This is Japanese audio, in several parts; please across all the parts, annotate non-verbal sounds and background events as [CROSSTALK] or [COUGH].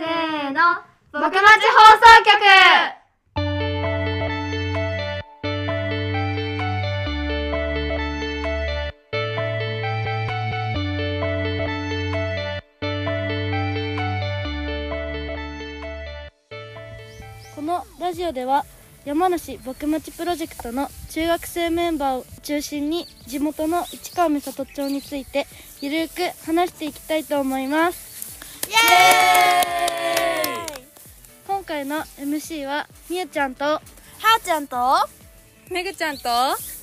の僕町放送局このラジオでは山梨僕町プロジェクトの中学生メンバーを中心に地元の市川美里町についてゆるく話していきたいと思います今回の MC はみゆちゃんとはーちゃんとよめぐちゃんと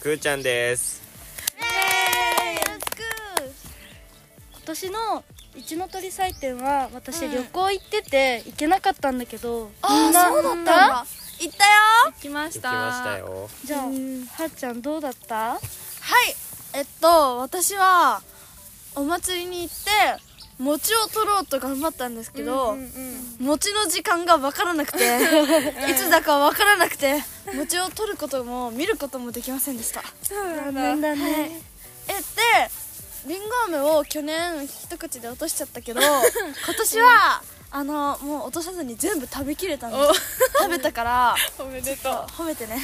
くーちゃんですろしく今年の一の鳥祭典は私旅行行ってて行けなかったんだけど、みんな行ったよ来ま行しきまたしたよじゃあはーちゃんどうだったはいえっと私はお祭りに行って餅を取ろうと頑張ったんですけど、餅の時間が分から [LAUGHS] なくていつだか分からなくて餅を取ることも見ることもできませんでした残念だね、えでりんご飴を去年一口で落としちゃったけど [LAUGHS] 今年は、あのもう落とさずに全部食べきれたんです食べたからおめでとう褒めてね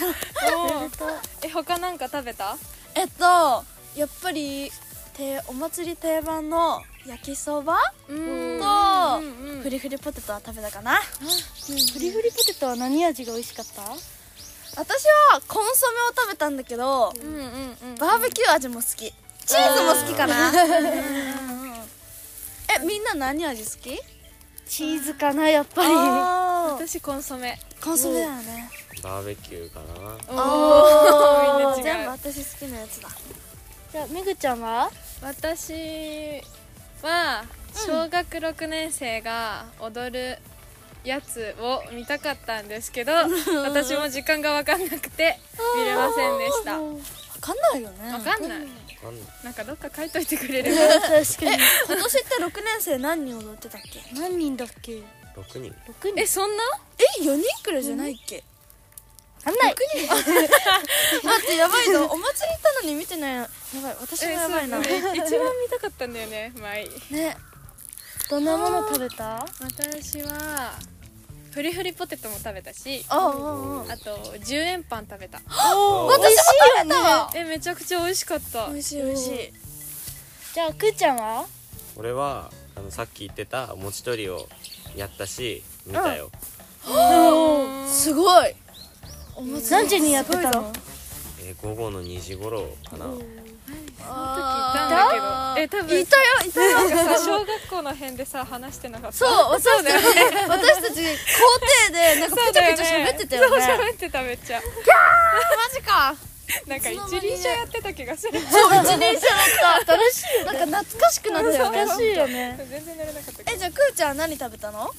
え他なんか食べたえっとやっぱりてお祭り定番の焼きそばうんとフリフリポテトは食べたかなフリフリポテトは何味が美味しかった私はコンソメを食べたんだけど、うんうんうんバーベキュー味も好きチーズも好きかなえみんな何味好きチーズかなやっぱりあ私コンソメーコンソメだよねバーベキューかなおおみんな違う全部私好きなやつだじゃあめぐちゃんは私は小学6年生が踊るやつを見たかったんですけ [LAUGHS] ど私も時間が分かんなくて見れませんでした分分かんないよねかんないなんなんかどっか書いといてくれる確か今年にって6年生何人踊ってたっけ何人だっけ6人六人えそんなえ4人くらいじゃないっけあんない待ってやばいぞお祭り行ったのに見てないのやばい私もえやばいなそうねだね一番見たかったんだよね前どんなもの食べた私はフリフリポテトも食べたしあああああと10円パン食べたおー私も食べたわえめちゃくちゃ美味しかった美味しい美味しいじゃあくーちゃんは俺はあのさっき言ってた餅取りをやったし見たよすごい何時にやってたのえー午後の2時頃かななんだけどえ多分いたよいたよなんかさ小学校の辺でさ話してなかったそう [LAUGHS] 私たち私たち校庭でなんかそペうチャだペよチねャ喋ってたよねそう喋ってためっちゃマジか [LAUGHS] なんか一輪車やってた気がするそう一年生だった新しいなんか懐かしくなったよね難しいよね全然乗れなかったけどえじゃあくーちゃん何食べたの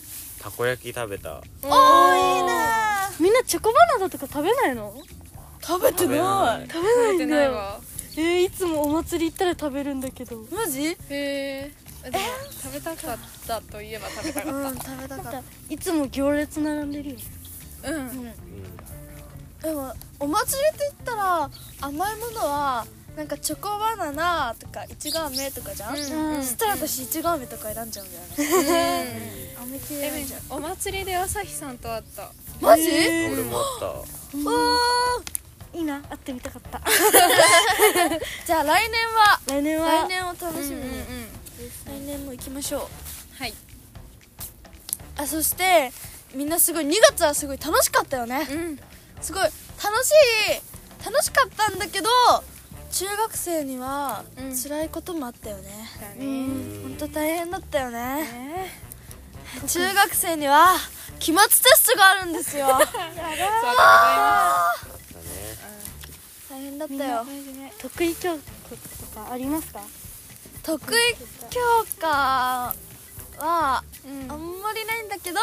たこ焼き食べたいいなみんなチョコバナナとか食べないの食べて食べなないい食べないてんなだいよわえーいつもお祭り行ったら食べるんだけどマジへえでも食べたかったといえば食べたうかっん食べたかっいつも行列並んでるよた [LAUGHS] うんたでもお祭りって言ったら甘いものはなんかチョコバナナとかいちご飴とかじゃん、うんそしたら私いちご飴とか選んじゃうんだよね飴系え選んじゃうお祭りで朝日さんと会ったマジ、うん俺もあっおーいいな会ってみたかった [LAUGHS] じゃあ来年は来年は来年を楽しみに、うんうん来年も行きましょうはいあそしてみんなすごい2月はすごい楽しかったよね、うんすごい楽しい楽しかったんだけど中学生にはうん辛いこともあったよね、だねほんと大変だったよねね中学生には期末テストがあるんです [LAUGHS] よそうだただね大変だったみんなよ得意教科とかありますか得意教科はございあんますまりないんだけど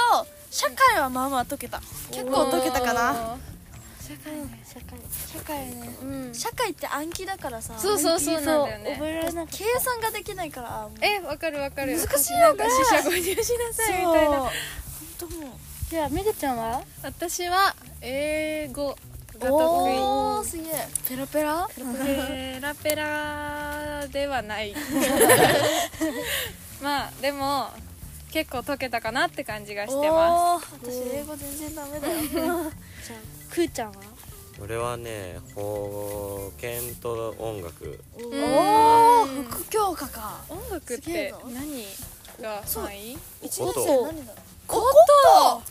社会はまあまあ解けた結構解けたかな社会ね社会社会ねうん社会って暗記だからさそうそうそうなんだよね覚えられなかった計算ができないからあもうえわかるわかる難しいよねなんか四捨五入しなさいみたいそうな本当もうじゃあめぐちゃんは私は英語がお得おすげえペラペラ意ペラペ [LAUGHS] ラではないまあでも結構解けたかなって感じがしてまおー私英語全然ダメだよ [LAUGHS] くーちゃんは俺はね保健と音楽す。おおうん副教科か音楽っすげえてな何が範囲？一音年生何だろうこと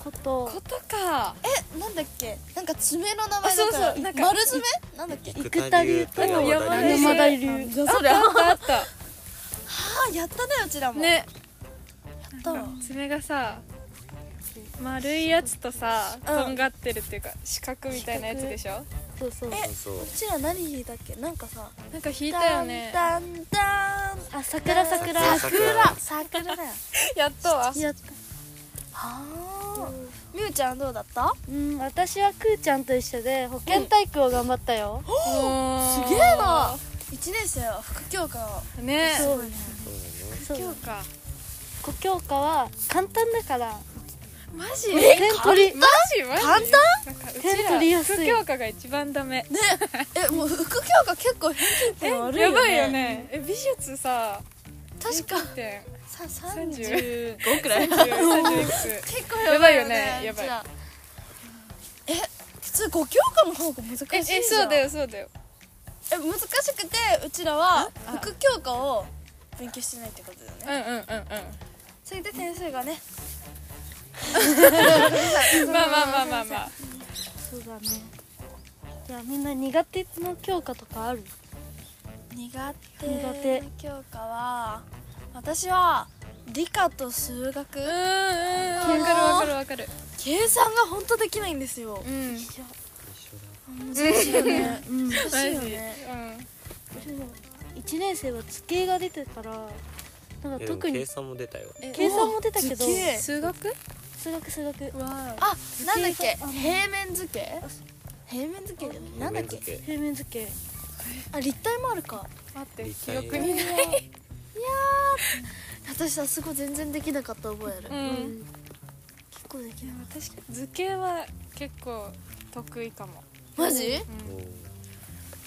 ことことか。えなんだっけなんか爪の名前だかあそうらそうなんか丸爪なんだっけ生生田流と生田流やばい生田流あったあったあった。あや [LAUGHS] ったねうちらもねどう爪がさ丸いやつとさうんとんがってるっていうか四角みたいなやつでしょそうそうえそううちら何弾いたっけなんかさなんか弾いたよねダンダンあ桜桜桜桜桜 [LAUGHS] だよやっとわやったはあみゆちゃんどうだったうん私はくーちゃんと一緒で保健体育を頑張ったよ、すすげえな一年生は副教科をねそうそうだねそう今日か故教科は簡単だからマジ点取りマジマジ簡単なんかう点取りちらやすい副教科が一番ダメねえもう副教科結構平均点えやば悪いいよねよねえ美術さ確か点さ30 35くらい30 30いくつ結構やばいよねやばいうちらえ普通5教科の方が難しいじえゃえんそうだよそうだよえ難しくてうちらは副教科を勉強してないってことだようんねうんうんそれで点数がねうんまあまあまあまあまあそうだねじゃあみんな苦手の教科とかある苦苦手手な教科は私は理科と数学うんうんうんわかるわかるわかる計算が本当できないんですようん一緒だ難しいよねうん難しいよねうん1年生は図形が出てたからなんいかやでも特計に算も出たよえ計算も出たけど図形数学数学数学わあなんだっけあの平面図形平面図形じゃないなんだっけけ平面図形あ立体もあるか待って立記体憶にない私あそこ全然できなかった覚える、ううん結構できなかっ確かに図形は結構得意かもたマジいおー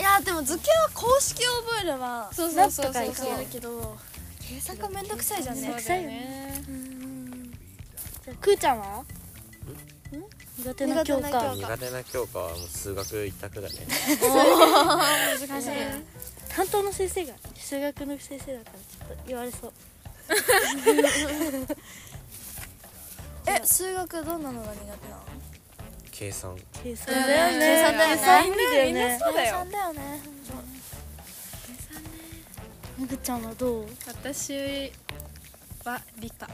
やでも図形は公式を覚えればそうそうそなうんとかそういけるけど計算がめんどくさいじゃんそうねだよねうんくーちゃんは苦手な教苦手な科教科苦手な教科はもう数学一択だね難しい担当の先生が数学の先生だからちょっと言われそうえ数学どんなのが苦手なの計算計算だよね計算だよね無理だよみんなねそうだ計よ算だよねむぐちゃんはどう私は理科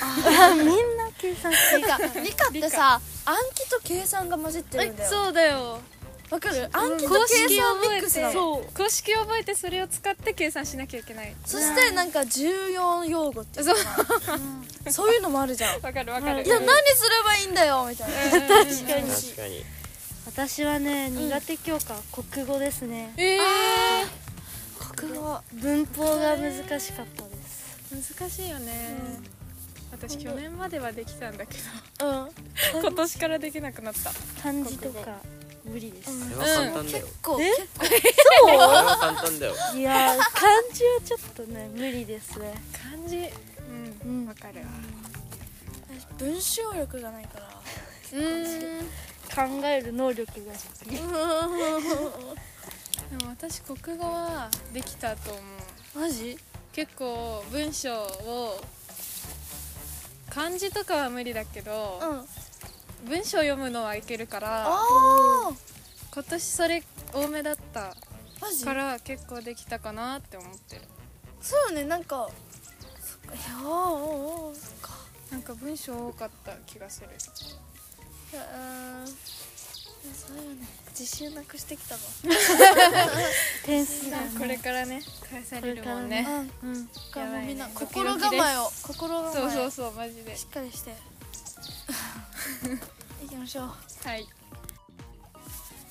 あ [LAUGHS] みんな計算して理科理科ってさ暗記と計算が混じってるんだよそうだよわかる暗記と公計式算ミ覚ッえクスなてのそう公式覚えてそれを使って計算しなきゃいけないそしてなんか重要用語っていうそうかそういうのもあるじゃん [LAUGHS] いわかるわかるや何すればいいんだよみたいな確かにか確かに私はね苦手教科、国語ですねえー国語文法が難しかったです難しいよね私去年まではできたんだけうんど今年からできなくなった漢字とか無理です、あれは簡単だよ結構えあれは簡単だよいやー漢字はちょっとね無理ですね漢字ううんんわかるわ文章力がないからうん考える能力が低いでも私国語はできたと思うマジ結構文章を漢字とかは無理だけど、うん文章読むのはいけるからあー今年それ多めだったマジから結構できたかなって思ってるそうよねなんかそっかいやーおーおーそっかなんか文章多かった気がするいやうーんいやそうよね自信なくしてきたわ点数がこれからね返されるもんこれねうんうんかもうみんなやばいね心ドキドキ構でえを心構えそうそをうそうマジでしっかりして [LAUGHS] 行きましょうはい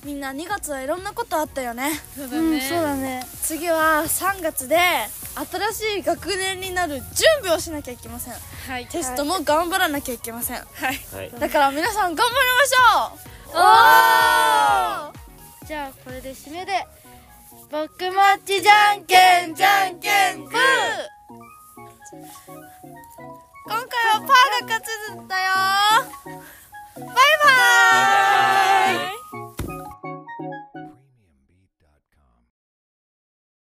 みんな2月はいろんなことあったよねそうだうんそうね、だね次は3月で新しい学年になる準備をしなきゃいけませんはいテストも頑張らなきゃいけませんはいはいだから皆さん頑張りましょうじゃあこれで締めで僕マッチじゃんけんじゃんけんブー今回はパーが勝つんだよ